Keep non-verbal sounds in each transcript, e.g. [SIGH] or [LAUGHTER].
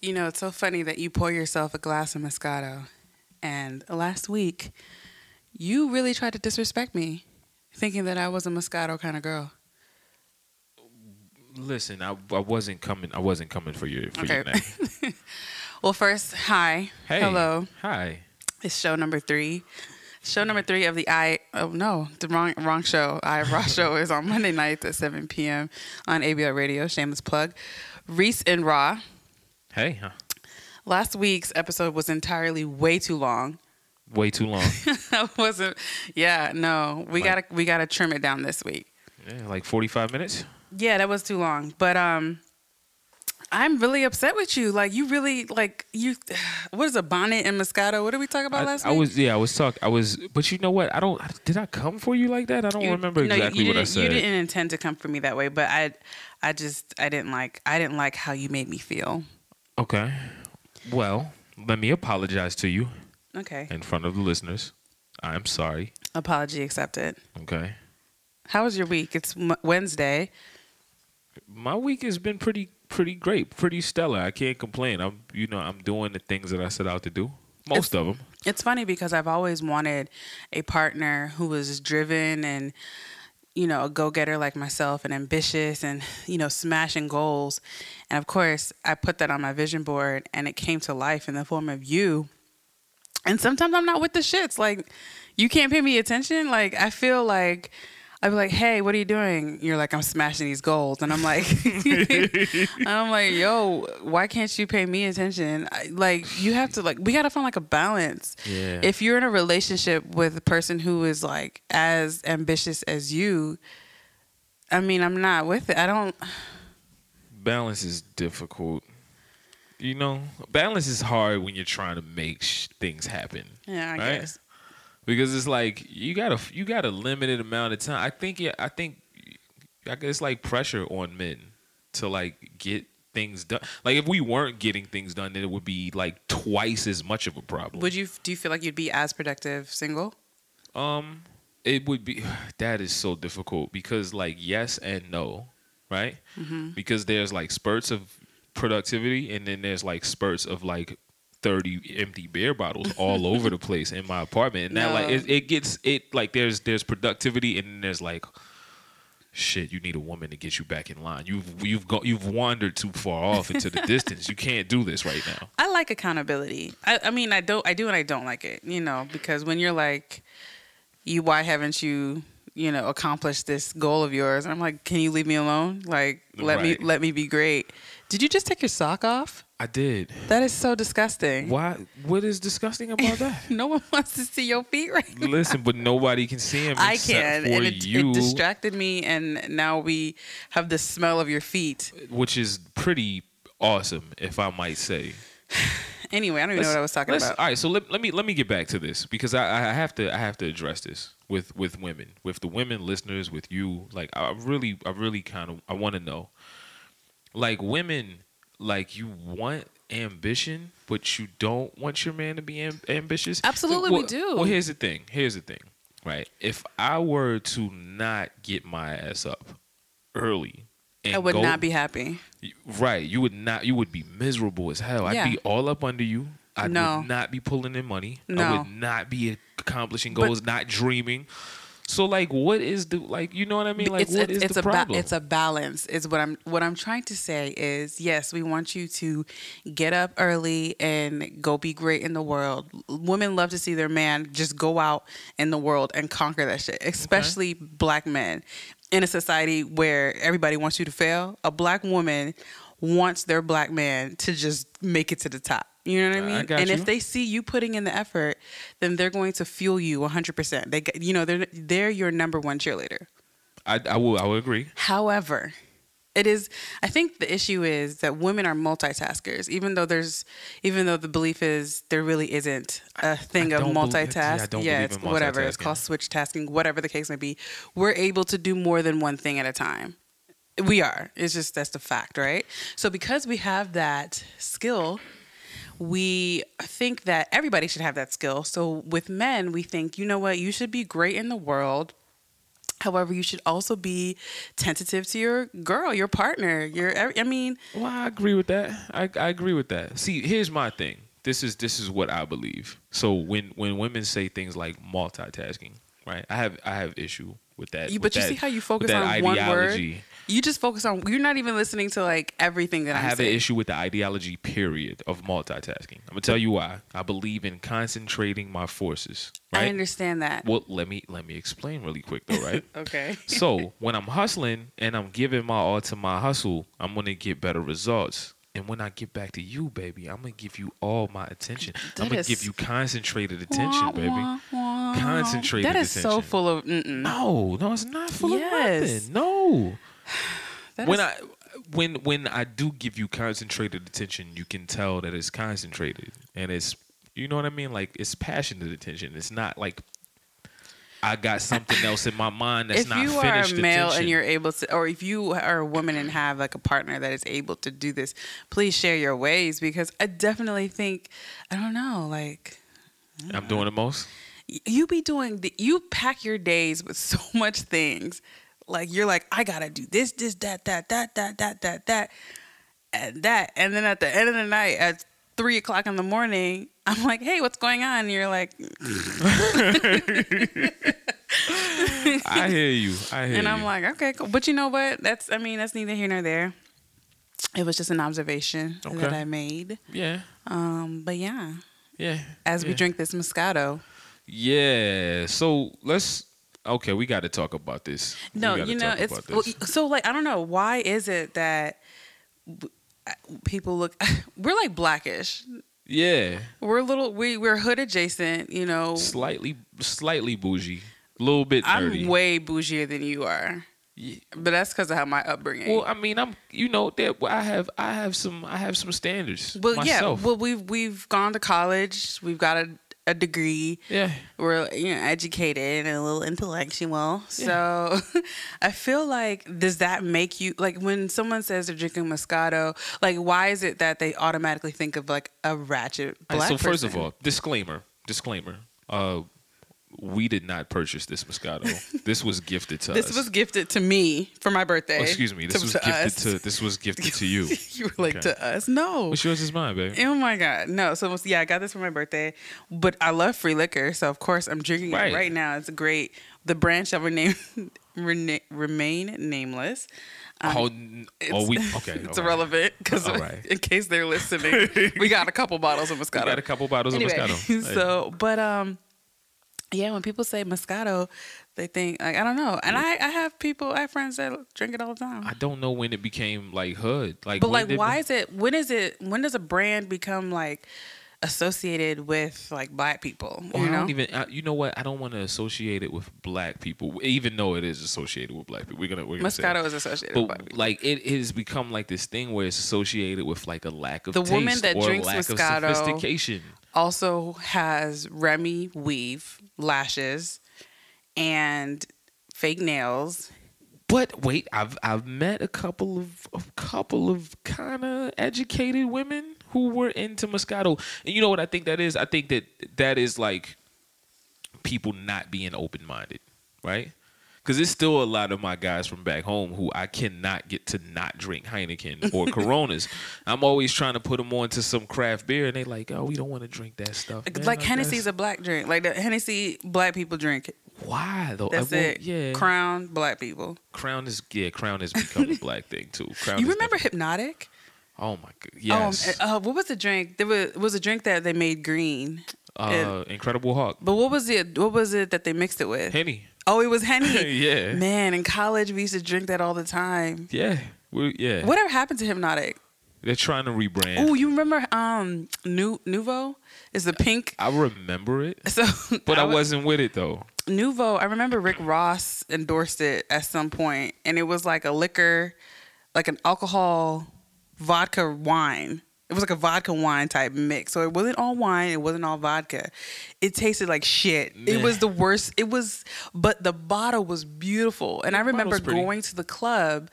You know, it's so funny that you pour yourself a glass of Moscato. And last week, you really tried to disrespect me, thinking that I was a Moscato kind of girl. Listen, I, I wasn't coming. I wasn't coming for your for your Okay. [LAUGHS] neck. Well, first, hi. Hey, Hello. hi. It's show number three. Show number three of the I. Oh no, the wrong wrong show. I [LAUGHS] Raw show is on Monday nights at 7 p.m. on ABL Radio. Shameless plug. Reese and Raw. Hey, huh? Last week's episode was entirely way too long. [LAUGHS] Way too long. I wasn't. Yeah, no, we Like- gotta we gotta trim it down this week. yeah, like forty five minutes. Yeah, that was too long. But um, I'm really upset with you. Like you really like you. [SIGHS] What is a bonnet and Moscato? What did we talk about I, last I week? was yeah. I was talk. I was. But you know what? I don't. Did I come for you like that? I don't You- remember no, you- exactly you what I didn't- said. You didn't intend to come for me that way, but I, I just I didn't like I didn't like how you made me feel. Okay. Well, let me apologize to you Okay, in front of the listeners. I'm sorry. apology accepted. Okay. How was your week? It's M- Wednesday. my week has been pretty pretty great, pretty stellar. I can't complain. I'm you know I'm doing the things that I set out to do. Most of 'em. of them. It's funny because I've always wanted a partner who was driven and you know a go-getter like myself and ambitious and you know smashing goals. And of course, I put that on my vision board and it came to life in the form of you. And sometimes I'm not with the shits. Like you can't pay me attention. Like I feel like I'd be like, "Hey, what are you doing?" You're like, "I'm smashing these goals," and I'm like, [LAUGHS] and I'm like, "Yo, why can't you pay me attention?" I, like you have to like we gotta find like a balance. Yeah. If you're in a relationship with a person who is like as ambitious as you, I mean, I'm not with it. I don't. Balance is difficult. You know, balance is hard when you're trying to make sh- things happen. Yeah, I Right? guess. because it's like you got a you got a limited amount of time. I think yeah, I think I guess it's like pressure on men to like get things done. Like if we weren't getting things done, then it would be like twice as much of a problem. Would you? Do you feel like you'd be as productive single? Um, it would be [SIGHS] that is so difficult because like yes and no, right? Because there's like spurts of productivity and then there's like spurts of like 30 empty beer bottles all over the place in my apartment. And that like No. it, it gets it like there's there's productivity and then there's like shit, you need a woman to get you back in line. You've you've got you've wandered too far off into the distance. You can't do this right now. I like accountability. I, I mean, I don't. I do, and I don't like it. You know, because when you're like, you, why haven't you, you know, accomplished this goal of yours? I'm like, can you leave me alone? Like, let Right. me, let me be great. Did you just take your sock off? I did. That is so disgusting. Why what is disgusting about that? [LAUGHS] No one wants to see your feet right. now. Listen, but nobody can see him. I except can, for and it, you, it distracted me, and now we have the smell of your feet. which is pretty awesome, if I might say. Anyway, I don't even know what I was talking Let's- about. All right, so let, let me let me get back to this because I, I have to I have to address this with with women, with the women listeners, with you. Like I really I really kind of I want to know, like women, like you want ambition, but you don't want your man to be am- ambitious. Absolutely, we Well- do. Well, here's the thing. Here's the thing. Right, if I were to not get my ass up early, and I would go- not be happy. you- Right. You would not. You would be miserable as hell. Yeah. I'd be all up under you. I No. would not be pulling in money. I No. would not be accomplishing But- goals. not dreaming. So like, what is the like? You know what I mean? Like, what is the a ba- problem? it's a balance. Is what I'm what I'm trying to say is yes, we want you to get up early and go be great in the world. Women love to see their man just go out in the world and conquer that shit, especially black men in a society where everybody wants you to fail. A black woman wants their black man to just make it to the top. You know what I I mean? got and you. if they see you putting in the effort, then they're going to fuel you 100%. They g- you know, they're they're your number one cheerleader. I, I will. I will agree. However, it is I think the issue is that women are multitaskers, even though there's even though the belief is there really isn't a thing of don't believe- multitask. yeah, I don't yeah, believe it's in whatever. It's multitasking. called switch tasking, whatever the case may be. We're able to do more than one thing at a time. We are. It's just that's the fact, right? So because we have that skill, we think that everybody should have that skill. So with men, we think, you know what, you should be great in the world However, you should also be tentative to your girl, your partner, your. I mean, Well, I agree with that. I, I agree with that. See, here's my thing. This is this is what I believe. So when when women say things like multitasking, right? I have I have issue with that. you, with but you that- see how you with focus on that one word. ideology. You just focus on. You're not even listening to like everything that I I'm have an saying. issue with the ideology period of multitasking. I'm gonna tell you why. I believe in concentrating my forces. I Right. understand that. well, let me let me explain really quick though, right? [LAUGHS] okay. so when I'm hustling and I'm giving my all to my hustle, I'm gonna get better results. And when I get back to you, baby, I'm gonna give you all my attention. I'm That gonna is- give you concentrated attention, Wah, baby. wah, wah. Concentrated That is so attention. full of. Mm-mm. No, no, it's not full Yes. of nothing. No. That when is- I when when I do give you concentrated attention, you can tell that it's concentrated and it's you know what I mean? Like it's passionate attention. It's not like I got something else in my mind that's if not you are finished a male attention. and you're able to, or if you are a woman and have like a partner that is able to do this, please share your ways because I definitely think I don't know, like [LAUGHS] I'm doing the most. y- you be doing the, you pack your days with [LAUGHS] so much things, like you're like I gotta do this, this, that, that, that, that, that, that, that, and that, and then at the end of the night at three o'clock in the morning, [LAUGHS] I'm like, hey, what's going on? And you're like, I hear you. I hear And you. I'm like, okay, cool. But you know what? That's I mean, that's neither here nor there. It was just an observation Okay. that I made. yeah, Um, but yeah, yeah. as we yeah. drink this Moscato, yeah. So let's. Okay, we got to talk about this. We no, gotta you know, talk it's about well, this. so like I don't know why is it that w- uh, people look [LAUGHS] we're like blackish. yeah, We're a little we we're hood adjacent, you know. slightly, slightly bougie, a little bit nerdy. I'm way bougier than you are, Yeah. but that's because of how my upbringing. Well, I mean, I'm. You know, that well, I have, I have some, I have some standards well, myself. yeah. Well, we've we've gone to college. We've got a a degree. yeah, we're you know educated and a little intellectual so [LAUGHS] i feel like does that make you like when someone says they're drinking moscato like why is it that they automatically think of like a ratchet All black right, so first of person? all, disclaimer, disclaimer. Uh, we did not purchase this [LAUGHS] Moscato. this was gifted to us. this was gifted to me for my birthday Oh, excuse me. This to- was to [LAUGHS] gifted us. to. This was gifted to you. [LAUGHS] you were like Okay. to us no What's yours is mine, baby. Oh my God. No. So, it was- yeah, I got this for my birthday, but I love free liquor. So, of course, I'm drinking Right. it right now. It's great. The brand shall rename, [LAUGHS] rena- remain nameless. oh, n- oh, It's- [LAUGHS] we okay. it's all right. irrelevant because All right. in case they're [LAUGHS] listening, we got a couple bottles of Moscato. We got a couple bottles anyway, [LAUGHS] of Moscato. Hey. so but um, yeah, when people say Moscato, they think like I don't know, and I I have people, I have friends that drink it all the time. I don't know when it became like hood. Like, but when like, did- why is it? When is it? When does a brand become like associated with like black people? Well, you Oh, I know, don't even. I, you know what? I don't want to associate it with black people, even though it is associated with black people. We're gonna. We're gonna say Moscato that. is associated with black But people. like, it has become like this thing where it's associated with like a lack of The woman taste that or drinks lack Moscato- of sophistication. also has Remy weave lashes and fake nails. But wait, I've I've met a couple of a couple of kind of educated women who were into Moscato. And you know what I think that is? I think that that is like people not being open minded, right? Because there's still a lot of my guys from back home who I cannot get to not drink [LAUGHS] Heineken or Coronas. I'm always trying to put them on to some craft beer, and they like, oh, we don't want to drink that stuff. Like, man. like that's- Hennessy's a black drink. Like the Hennessy, black people drink it. why though? That's I- well, it. Yeah, Crown. Crown, black people. is yeah, Crown has become [LAUGHS] a black thing too. Crown you is remember Hypnotic? Oh my god! Yes, Oh, um, uh, what was the drink? There was, was a drink that they made green. uh, Incredible Hawk, But what was it? What was it that they mixed it with? Henny. Oh, it was Henny. [LAUGHS] yeah, Man, in college we used to drink that all the time. yeah, we yeah. Whatever happened to Hypnotic? They're trying to rebrand. Oh, you remember um Nu Nuvo is the pink. [LAUGHS] I remember it, So, but I, wa- wasn't with it though. Nuvo. I remember Rick Ross endorsed it at some point, and it was like a liquor, like an alcohol vodka wine. It was like a vodka wine type mix. So it wasn't all wine. It wasn't all vodka. It tasted like shit. It Meh. was the worst. It was, but the bottle was beautiful. And I remember bottle's pretty. going to the club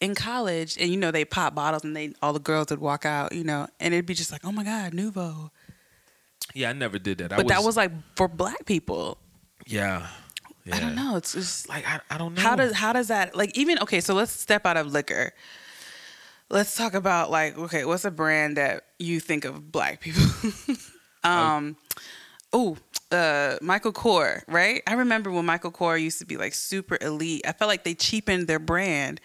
in college, and you know they pop bottles, and they all the girls would walk out, you know, and it'd be just like, oh my god, Nuvo. Yeah, I never did that. I But that was like for black people. yeah. Yeah. I don't know. It's just Like I, I don't know. how does how does that like even okay so let's step out of liquor let's talk about like okay what's a brand that you think of black people [LAUGHS] um oh uh michael kors right i remember when michael kors used to be like super elite i felt like they cheapened their brand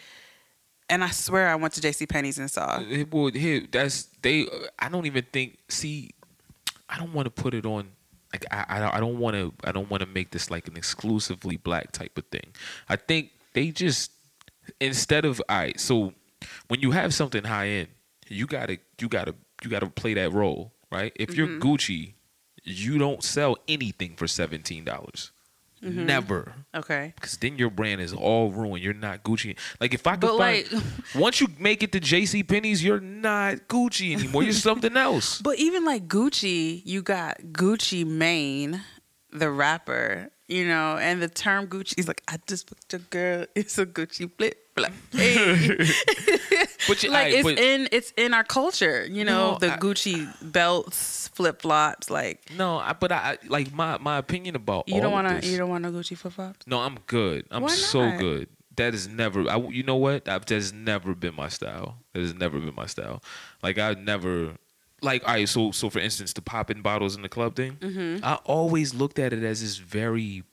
and i swear i went to jc penney's and saw It would hit. That's they. I don't even think. See, I don't want to put it on. Like I, I, don't- I don't want to. I don't want to make this like an exclusively black type of thing. I think they just instead of I. so when you have something high end, you gotta, you gotta, you gotta play that role, right? If you're Gucci, you don't sell anything for seventeen dollars. Never, okay because then your brand is all ruined. You're not Gucci. Like if I could But, find, like- [LAUGHS] once you make it to J.C. Penney's, you're not Gucci anymore. [LAUGHS] You're something else. But even like Gucci, you got Gucci Mane, the rapper, you know, and the term Gucci is like, I just fucked a girl. [LAUGHS] It's a Gucci flip [LAUGHS] flop. Hey. But you, like aight, it's but- in it's in our culture, you know, No, the I- Gucci belts, flip flops. Like no, I, but I I- like my my opinion about you all don't want want to. to you don't want no Gucci flip flops. No, I'm good. I'm Why so not? good. That is never. I, you know what? I've, that has never been my style. That has never been my style. Like I've never. Like all right, so so for instance, the popping bottles in the club thing. Mm-hmm. I always looked at it as this very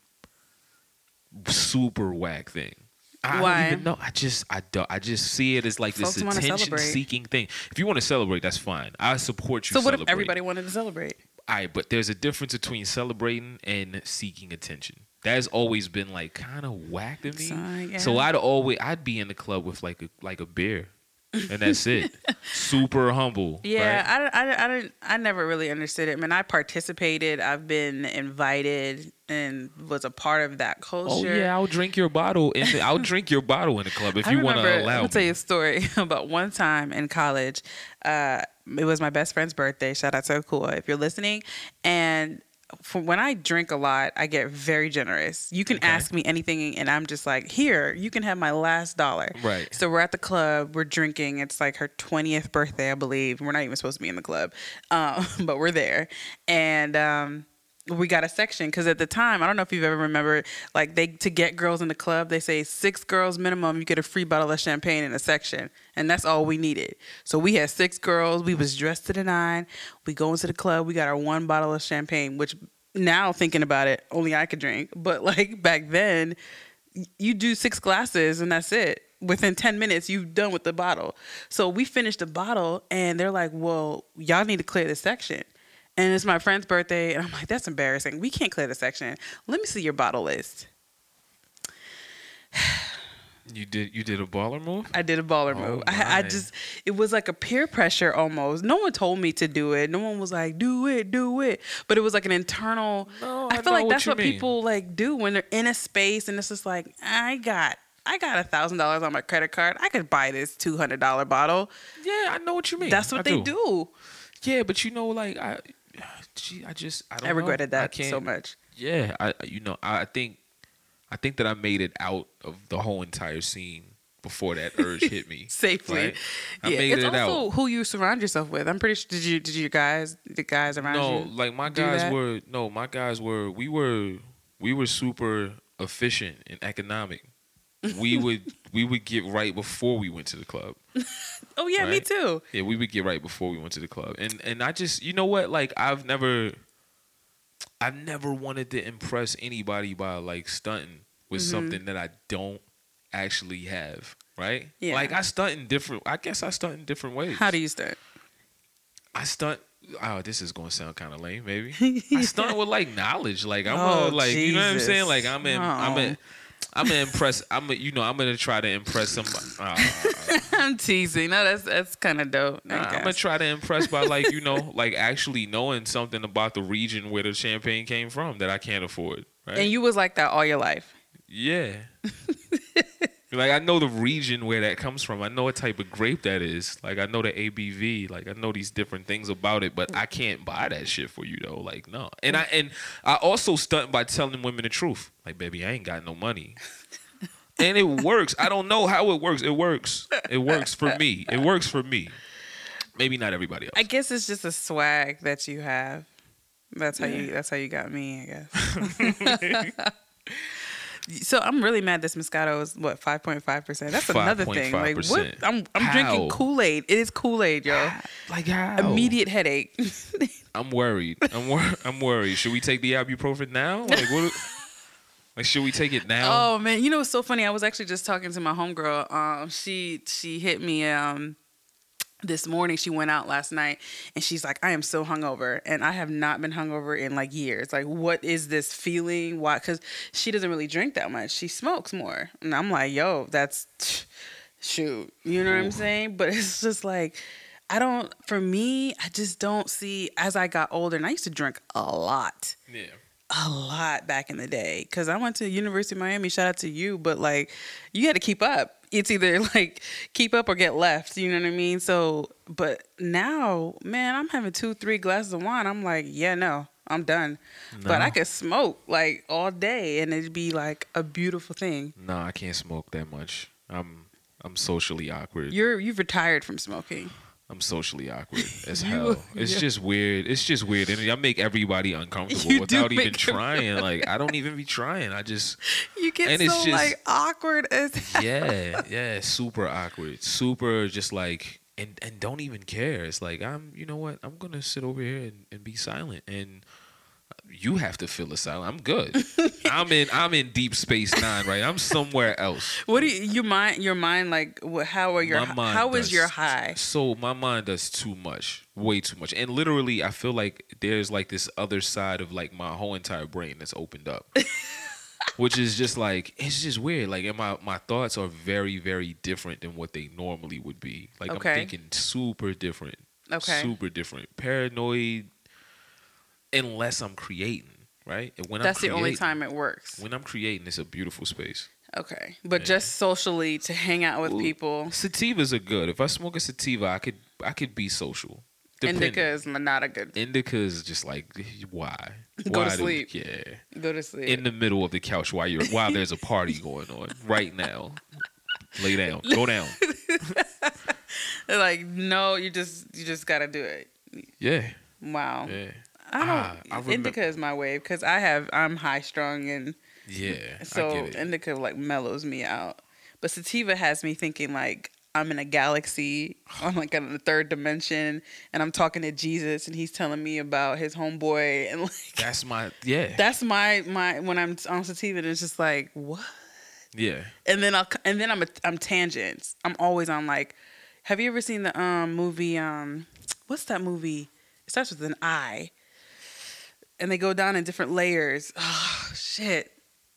super whack thing. I Why? don't even know. I just I don't. I just see it as like this Folks wanna attention celebrate. seeking thing. If you want to celebrate, that's fine. I support you. So what if celebrate. everybody wanted to celebrate? All right, but there's a difference between celebrating and seeking attention. That has always been like kind of whack to me. So, yeah. So I'd always I'd be in the club with like a like a beer, and that's [LAUGHS] it. Super humble. right? Yeah, I, I, I didn't. I never really understood it. I mean, I participated. I've been invited and was a part of that culture. Oh yeah, I'll drink your bottle in the, I'll drink your bottle in [LAUGHS] the club if you want remember- to allow. I'll me. tell you a story [LAUGHS] about one time in college. Uh, it was my best friend's birthday. Shout out to Akua if you're listening. And from when I drink a lot, I get very generous. You can Okay. ask me anything, and I'm just like, here, you can have my last dollar. Right. So we're at the club, we're drinking. It's like her 20th birthday, I believe. We're not even supposed to be in the club, um, [LAUGHS] but we're there. And, um, we got a section because at the time I don't know if you've ever remembered like they to get girls in the club they say six girls minimum you get a free bottle of champagne in a section and that's all we needed so we had six girls we was dressed to the nine we go into the club we got our one bottle of champagne which now thinking about it only I could drink but like back then you do six glasses and that's it. Within 10 minutes, you've done with the bottle. So we finished the bottle and they're like, well, y'all need to clear this section. And it's my friend's birthday. And I'm like, that's embarrassing. We can't clear the section. Let me see your bottle list. you did you did a baller move. I did a baller Oh, move. I, I my. just, it was like a peer pressure almost. No one told me to do it. No one was like, do it, do it. But it was like an internal. No, I I feel know like what that's you what mean. people like do when they're in a space and it's just like, I got. I got a thousand dollars on my credit card. I could buy this two hundred dollar bottle. Yeah, I know what you mean. That's I Oh, what they do. Yeah, but you know, like I, [SIGHS] gee, I just I don't. I regretted know. I that can't- so much. [LAUGHS] Yeah, I you know I I think I think that I made it out of the whole entire scene before that [LAUGHS] urge hit me Safely. Right? I yeah, made it's it also out. who you surround yourself with. I'm pretty sure. Did you? Did you guys? The guys around No, you? like my do guys that? were no, my guys were we were we were super efficient and economic. [LAUGHS] We would we would get right before we went to the club. Oh yeah, me right? too. Yeah, we would get right before we went to the club. And and I just you know what? Like I've never I've never wanted to impress anybody by like stunting with Mm-hmm. something that I don't actually have. Right? Yeah. Like I stunt in different I guess I stunt in different ways. How do you stunt? I stunt oh, this is gonna sound kinda lame, [LAUGHS] maybe. I stunt with like knowledge. Like I'm a, Oh, like you know what I'm Jesus. saying? Like I'm in I'm No. in I'm gonna impress. I'm a, you know I'm gonna try to impress somebody. Ah. [LAUGHS] I'm teasing. No, that's that's kind of dope. I Nah, I'm gonna guess. try to impress by like you know like actually knowing something about the region where the champagne came from that I can't afford. Right? And you was like that all your life. yeah. like I know the region where that comes from. I know what type of grape that is. Like I know the ABV. Like I know these different things about it. But I can't buy that shit for you though. Like no. And I and I also stunt by telling women the truth. Like baby, I ain't got no money. And it works. I don't know how it works. It works. It works for me. It works for me. Maybe not everybody else. I guess it's just a swag that you [LAUGHS] have. That's how you. That's how you got me. I guess. So I'm really mad this Moscato is what 5.5 percent. That's another thing. Like what? 5.5%. I'm I'm How? drinking Kool Aid. It is Kool Aid, yo. Like how? Immediate headache. [LAUGHS] I'm worried. I'm wor- [LAUGHS] I'm worried. Should we take the ibuprofen now? Like what? [LAUGHS] like should we take it now? oh man, you know what's so funny? I was actually just talking to my homegirl. Um, she she hit me um this morning. She went out last night, and she's like, "I am so hungover, and I have not been hungover in like years. Like, what is this feeling? Why? Because she doesn't really drink that much. She smokes more, and I'm like, yo, that's." [SNIFFS] shoot you know what i'm saying but it's just like i don't for me i just don't see as i got older and i used to drink a lot Yeah. a lot back in the day because I went to University of Miami. Shout out to you, but like you had to keep up. It's either [LAUGHS] like keep up or get left. You know what I mean? So, but now, man, I'm having two, three glasses of wine. I'm like, yeah, no, I'm done. But No. I could smoke like all day, and it'd be like a beautiful thing. No, I can't smoke that much. I'm I'm socially awkward. You're you've retired from smoking. I'm [LAUGHS] socially awkward as You- hell. It's yeah. just weird. It's just weird, and I make everybody uncomfortable You do without make even [LAUGHS] trying. Like I don't even be trying. I just You get And so it's just- like awkward as [LAUGHS] yeah, yeah, super awkward, super just like and and don't even care. It's like I'm, you know what? I'm gonna sit over here and, and be silent, and you have to fill the silent. I'm good. I'm in I'm in deep space nine, right? I'm somewhere else. What do you, your mind? Your mind, like, wh- how are your? How is does- your high? So my mind does too much, way too much, and literally, I feel like there's like this other side of like my whole entire brain that's [LAUGHS] opened up. which is just like it's just weird. Like, and my my thoughts are very very different than what they normally would be. Like, Okay. I'm thinking super different, Okay. super different, paranoid. Unless I'm creating, right? And when That's I'm the only creating- time it works. When I'm creating, it's a beautiful space. Okay, but Yeah. just socially to hang out with Ooh. people. Sativas are good. If I smoke a sativa, I could I could be social. Depending. Indica is m- not a good. Indica is just like why? [LAUGHS] Go why to do- sleep. yeah. Go to sleep. in the middle of the couch while you're while there's a party going [LAUGHS] on right now. Lay down. Go down. like no, you just you just gotta do it. Yeah. Wow, Yeah. I don't. Ah, I remem- indica is my wave because I have I'm high strung and Yeah. I so get it. indica like mellows me out, but sativa has me thinking like. I'm in a galaxy. I'm like in the third dimension, and I'm talking to Jesus, and he's telling me about his homeboy, and like [LAUGHS] That's my yeah. that's my my when I'm on sativa, and it's just like what. yeah. and then I'll and then I'm a, I'm tangents. I'm always on like, have you ever seen the um movie um what's that movie? It starts with an I. And they go down in different layers. [SIGHS] Oh shit.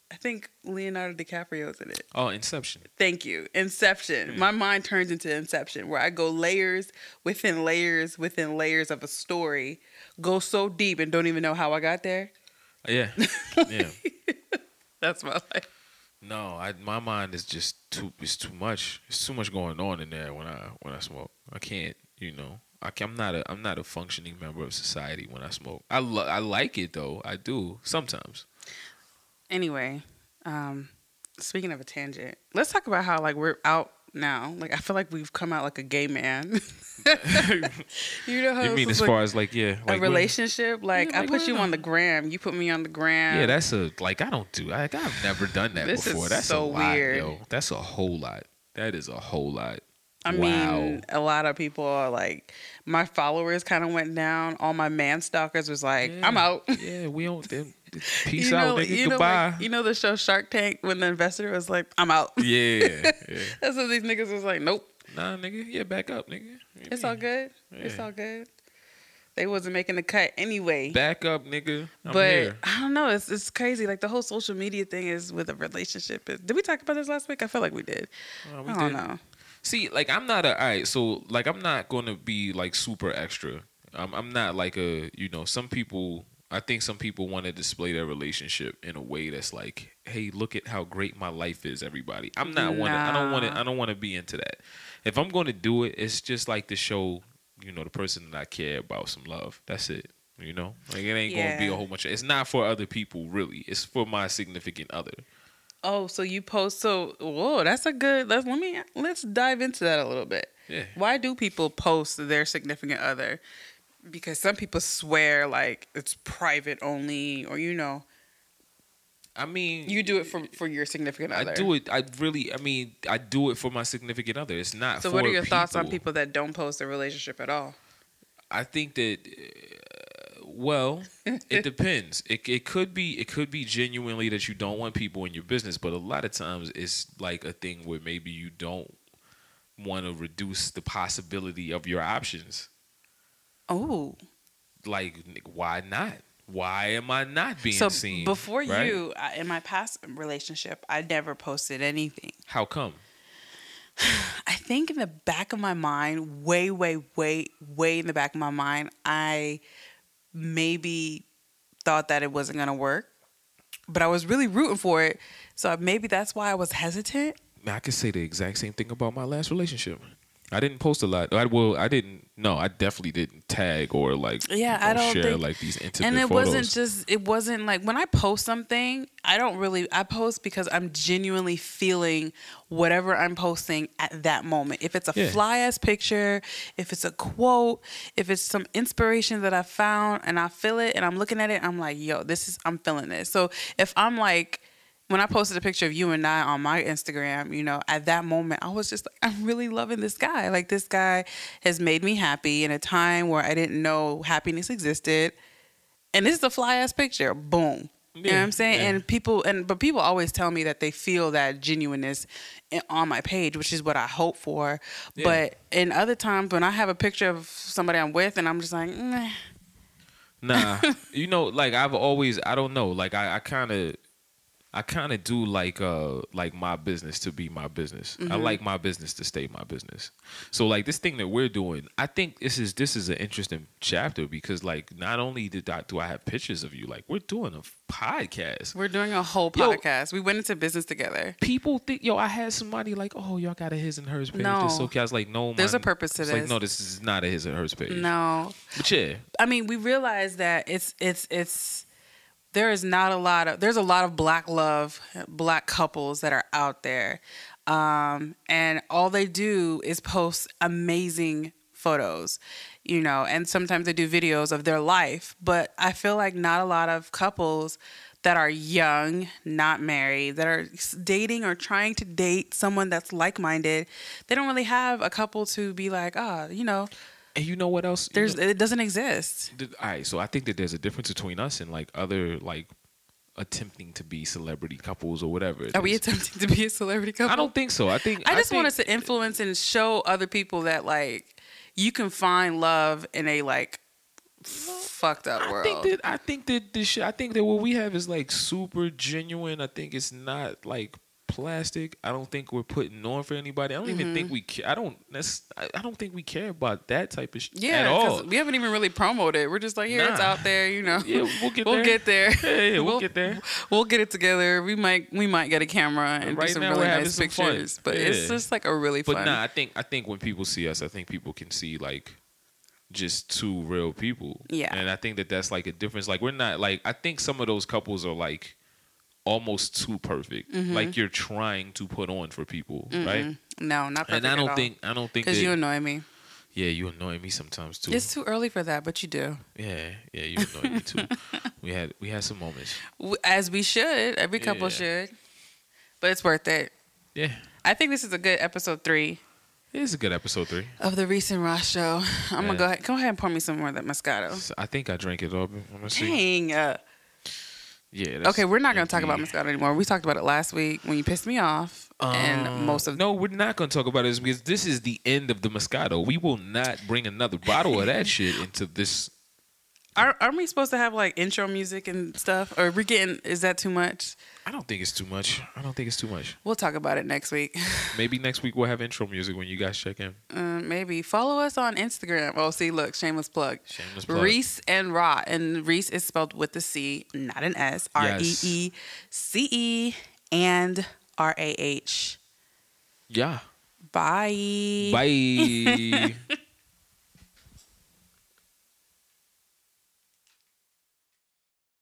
I think Leonardo DiCaprio's in it. Oh, Inception. Thank you. Inception. My mind turns into Inception, where I go layers within layers within layers of a story, go so deep and don't even know how I got there. [LAUGHS] Yeah. Yeah. That's my life. No, I my mind is just too it's too much. It's too much going on in there when I when I smoke. I can't, you know. I can, I'm not a I'm not a functioning member of society when I smoke. I lo- I like it though. I do sometimes. anyway, um, speaking of a tangent, let's talk about how like we're out now. Like I feel like we've come out like a gay [LAUGHS] man. [LAUGHS] you know how You this mean is, as like, far as like yeah, like a when- relationship? Like Yeah, I like, put why you not? on the gram, you put me on the gram. Yeah, that's a like I don't do like I've never done that This is before. That's so a lot, weird. yo. That's a whole lot. That is a whole lot. I mean, a lot of people are like, my followers kind of went down. All my man stalkers was like, I'm out. yeah, we don't. Then, [LAUGHS] peace you out, know, nigga. you know, Goodbye. like, you know the show Shark Tank when the investor was like, I'm out. [LAUGHS] [LAUGHS] yeah, yeah. That's what these niggas was like, nope. Nah, nigga. Yeah, back up, nigga. What you It's all mean? good. It's Yeah. all good. They wasn't making the cut anyway. Back up, nigga. I'm but here. I don't know. It's it's crazy. Like the whole social media thing is with a relationship. Is, did we talk about this last week? I feel like we did. Uh, we I don't did- know. See, like I'm not a all right, so like I'm not gonna be like super extra. I'm I'm not like a you know, some people I think some people want to display their relationship in a way that's like, hey, look at how great my life is, everybody. I'm not one I don't wanna Nah. I don't wanna be into that. If I'm gonna do it, it's just like to show, you know, the person that I care about some love. That's it. You know? Like it ain't gonna be Yeah. a whole bunch of it's not for other people really. It's for my significant other. Oh, so you post so whoa, that's a good let's let me let's dive into that a little bit. Yeah. Why do people post their significant other? Because some people swear like it's private only or you know. I mean, You do it for for your significant I other. do it. I really. I mean, I do it for my significant other. It's not. So for what are your thoughts on people that don't post their relationship at all? I think that. uh, Well, [LAUGHS] it depends. It it could be it could be genuinely that you don't want people in your business, but a lot of times it's like a thing where maybe you don't want to reduce the possibility of your options. Oh, Like, why not? Why am I not being so seen? before right? you I- in my past relationship, I never posted anything. how come? I think in the back of my mind, way, way, way, way in the back of my mind, I maybe thought that it wasn't going to work, but I was really rooting for it. So maybe that's why I was hesitant. I could say the exact same thing about my last relationship. I didn't post a lot. I well, I didn't. No, I definitely didn't tag or like. Yeah, you know, I don't share think- like these intimate and it photos. wasn't just it wasn't like when i post something i don't really i post because i'm genuinely feeling whatever i'm posting at that moment if it's a Yeah. fly ass picture if it's a quote if it's some inspiration that i found and i feel it and i'm looking at it i'm like yo this is i'm feeling this so if i'm like when I posted a picture of you and I on my Instagram, you know, at that moment, I was just like, I'm really loving this guy. Like, this guy has made me happy in a time where I didn't know happiness existed and this is a fly ass picture. Boom. You know what Yeah, I'm saying? yeah. And people and but people always tell me that they feel that genuineness in, on my page, which is what I hope for. Yeah. But in other times when I have a picture of somebody I'm with and I'm just like, "Nah." [LAUGHS] Nah, you know, like I've always, I don't know, like I, I kind of, I kind of do like, uh, like my business to be my business. Mm-hmm. I like my business to stay my business. So like this thing that we're doing, I think this is this is an interesting chapter because like not only did I do I have pictures of you, like we're doing a podcast. we're doing a whole Yo. podcast. we went into business together. people think yo i had somebody like oh y'all got a his and hers page No. That's so cute. i was like no There's man. a purpose to It's like this. no this is not a his and hers page No. but yeah I mean, we realize that it's it's it's there is not a lot of there's a lot of black love, black couples that are out there, um, and all they do is post amazing photos, you know, and sometimes they do videos of their life. But I feel like not a lot of couples that are young, not married, that are s- dating or trying to date someone that's like-minded, they don't really have a couple to be like, ah, you know, and you know what else You there's know- it doesn't exist. Th- all right so i think that there's a difference between us and like other like attempting to be celebrity couples or whatever it Are we is. attempting to be a celebrity couple? i don't think so i think I just think- want us to influence and show other people that like you can find love in a like fucked up I world. think that I think that this shit, I think that what we have is like super genuine. I think it's not like plastic. I don't think we're putting on for anybody. I don't even Mm-hmm. think we. Ca- I don't. That's. I, I don't think we care about that type of shit yeah, at 'cause all. we haven't even really promoted. it. We're just like, here it's Nah. out there, you know. Yeah, we'll get [LAUGHS] We'll there. get there. Yeah, yeah, we'll get there. We'll get it together. We might we might get a camera and Right do some now, really we're having nice some fun. pictures. But it's Yeah. just like a really But fun. nah, I think I think when people see us, I think people can see like just two real people. Yeah. and I think that that's like a difference. Like we're not like I think some of those couples are like almost too perfect. Mm-hmm. Like you're trying to put on for people, right? no, not perfect And I at don't all. think I don't think that, because you annoy me. yeah you annoy me sometimes too. It's too early for that, but you do. yeah, yeah, you annoy [LAUGHS] me too. We had we had some moments. W- as we should. Every couple Yeah. should, but it's worth it. Yeah, I think this is a good episode three it's a good episode three. of the recent Ross show. I'm Yeah. gonna go ahead, go ahead and pour me some more of that Moscato. So I think I drank it up. I'm gonna see. mm-hmm. Dang. Uh, Yeah. that's okay, we're not gonna talk about empty. Moscato anymore. We talked about it last week when you pissed me off, and Um, most of no, we're not going to talk about this because this is the end of the Moscato. We will not bring another bottle of that shit into this. are, aren't we supposed to have like intro music and stuff? Or we getting is that too much? I don't think it's too much. I don't think it's too much. We'll talk about it next week. [LAUGHS] Maybe next week we'll have intro music when you guys check in. Um, maybe follow us on Instagram. Oh, see, look, shameless plug. Shameless plug. Reese and Ra, and Reese is spelled with the C, not an S. R E Yes. E C E and R A H. Yeah. Bye. [LAUGHS] Bye.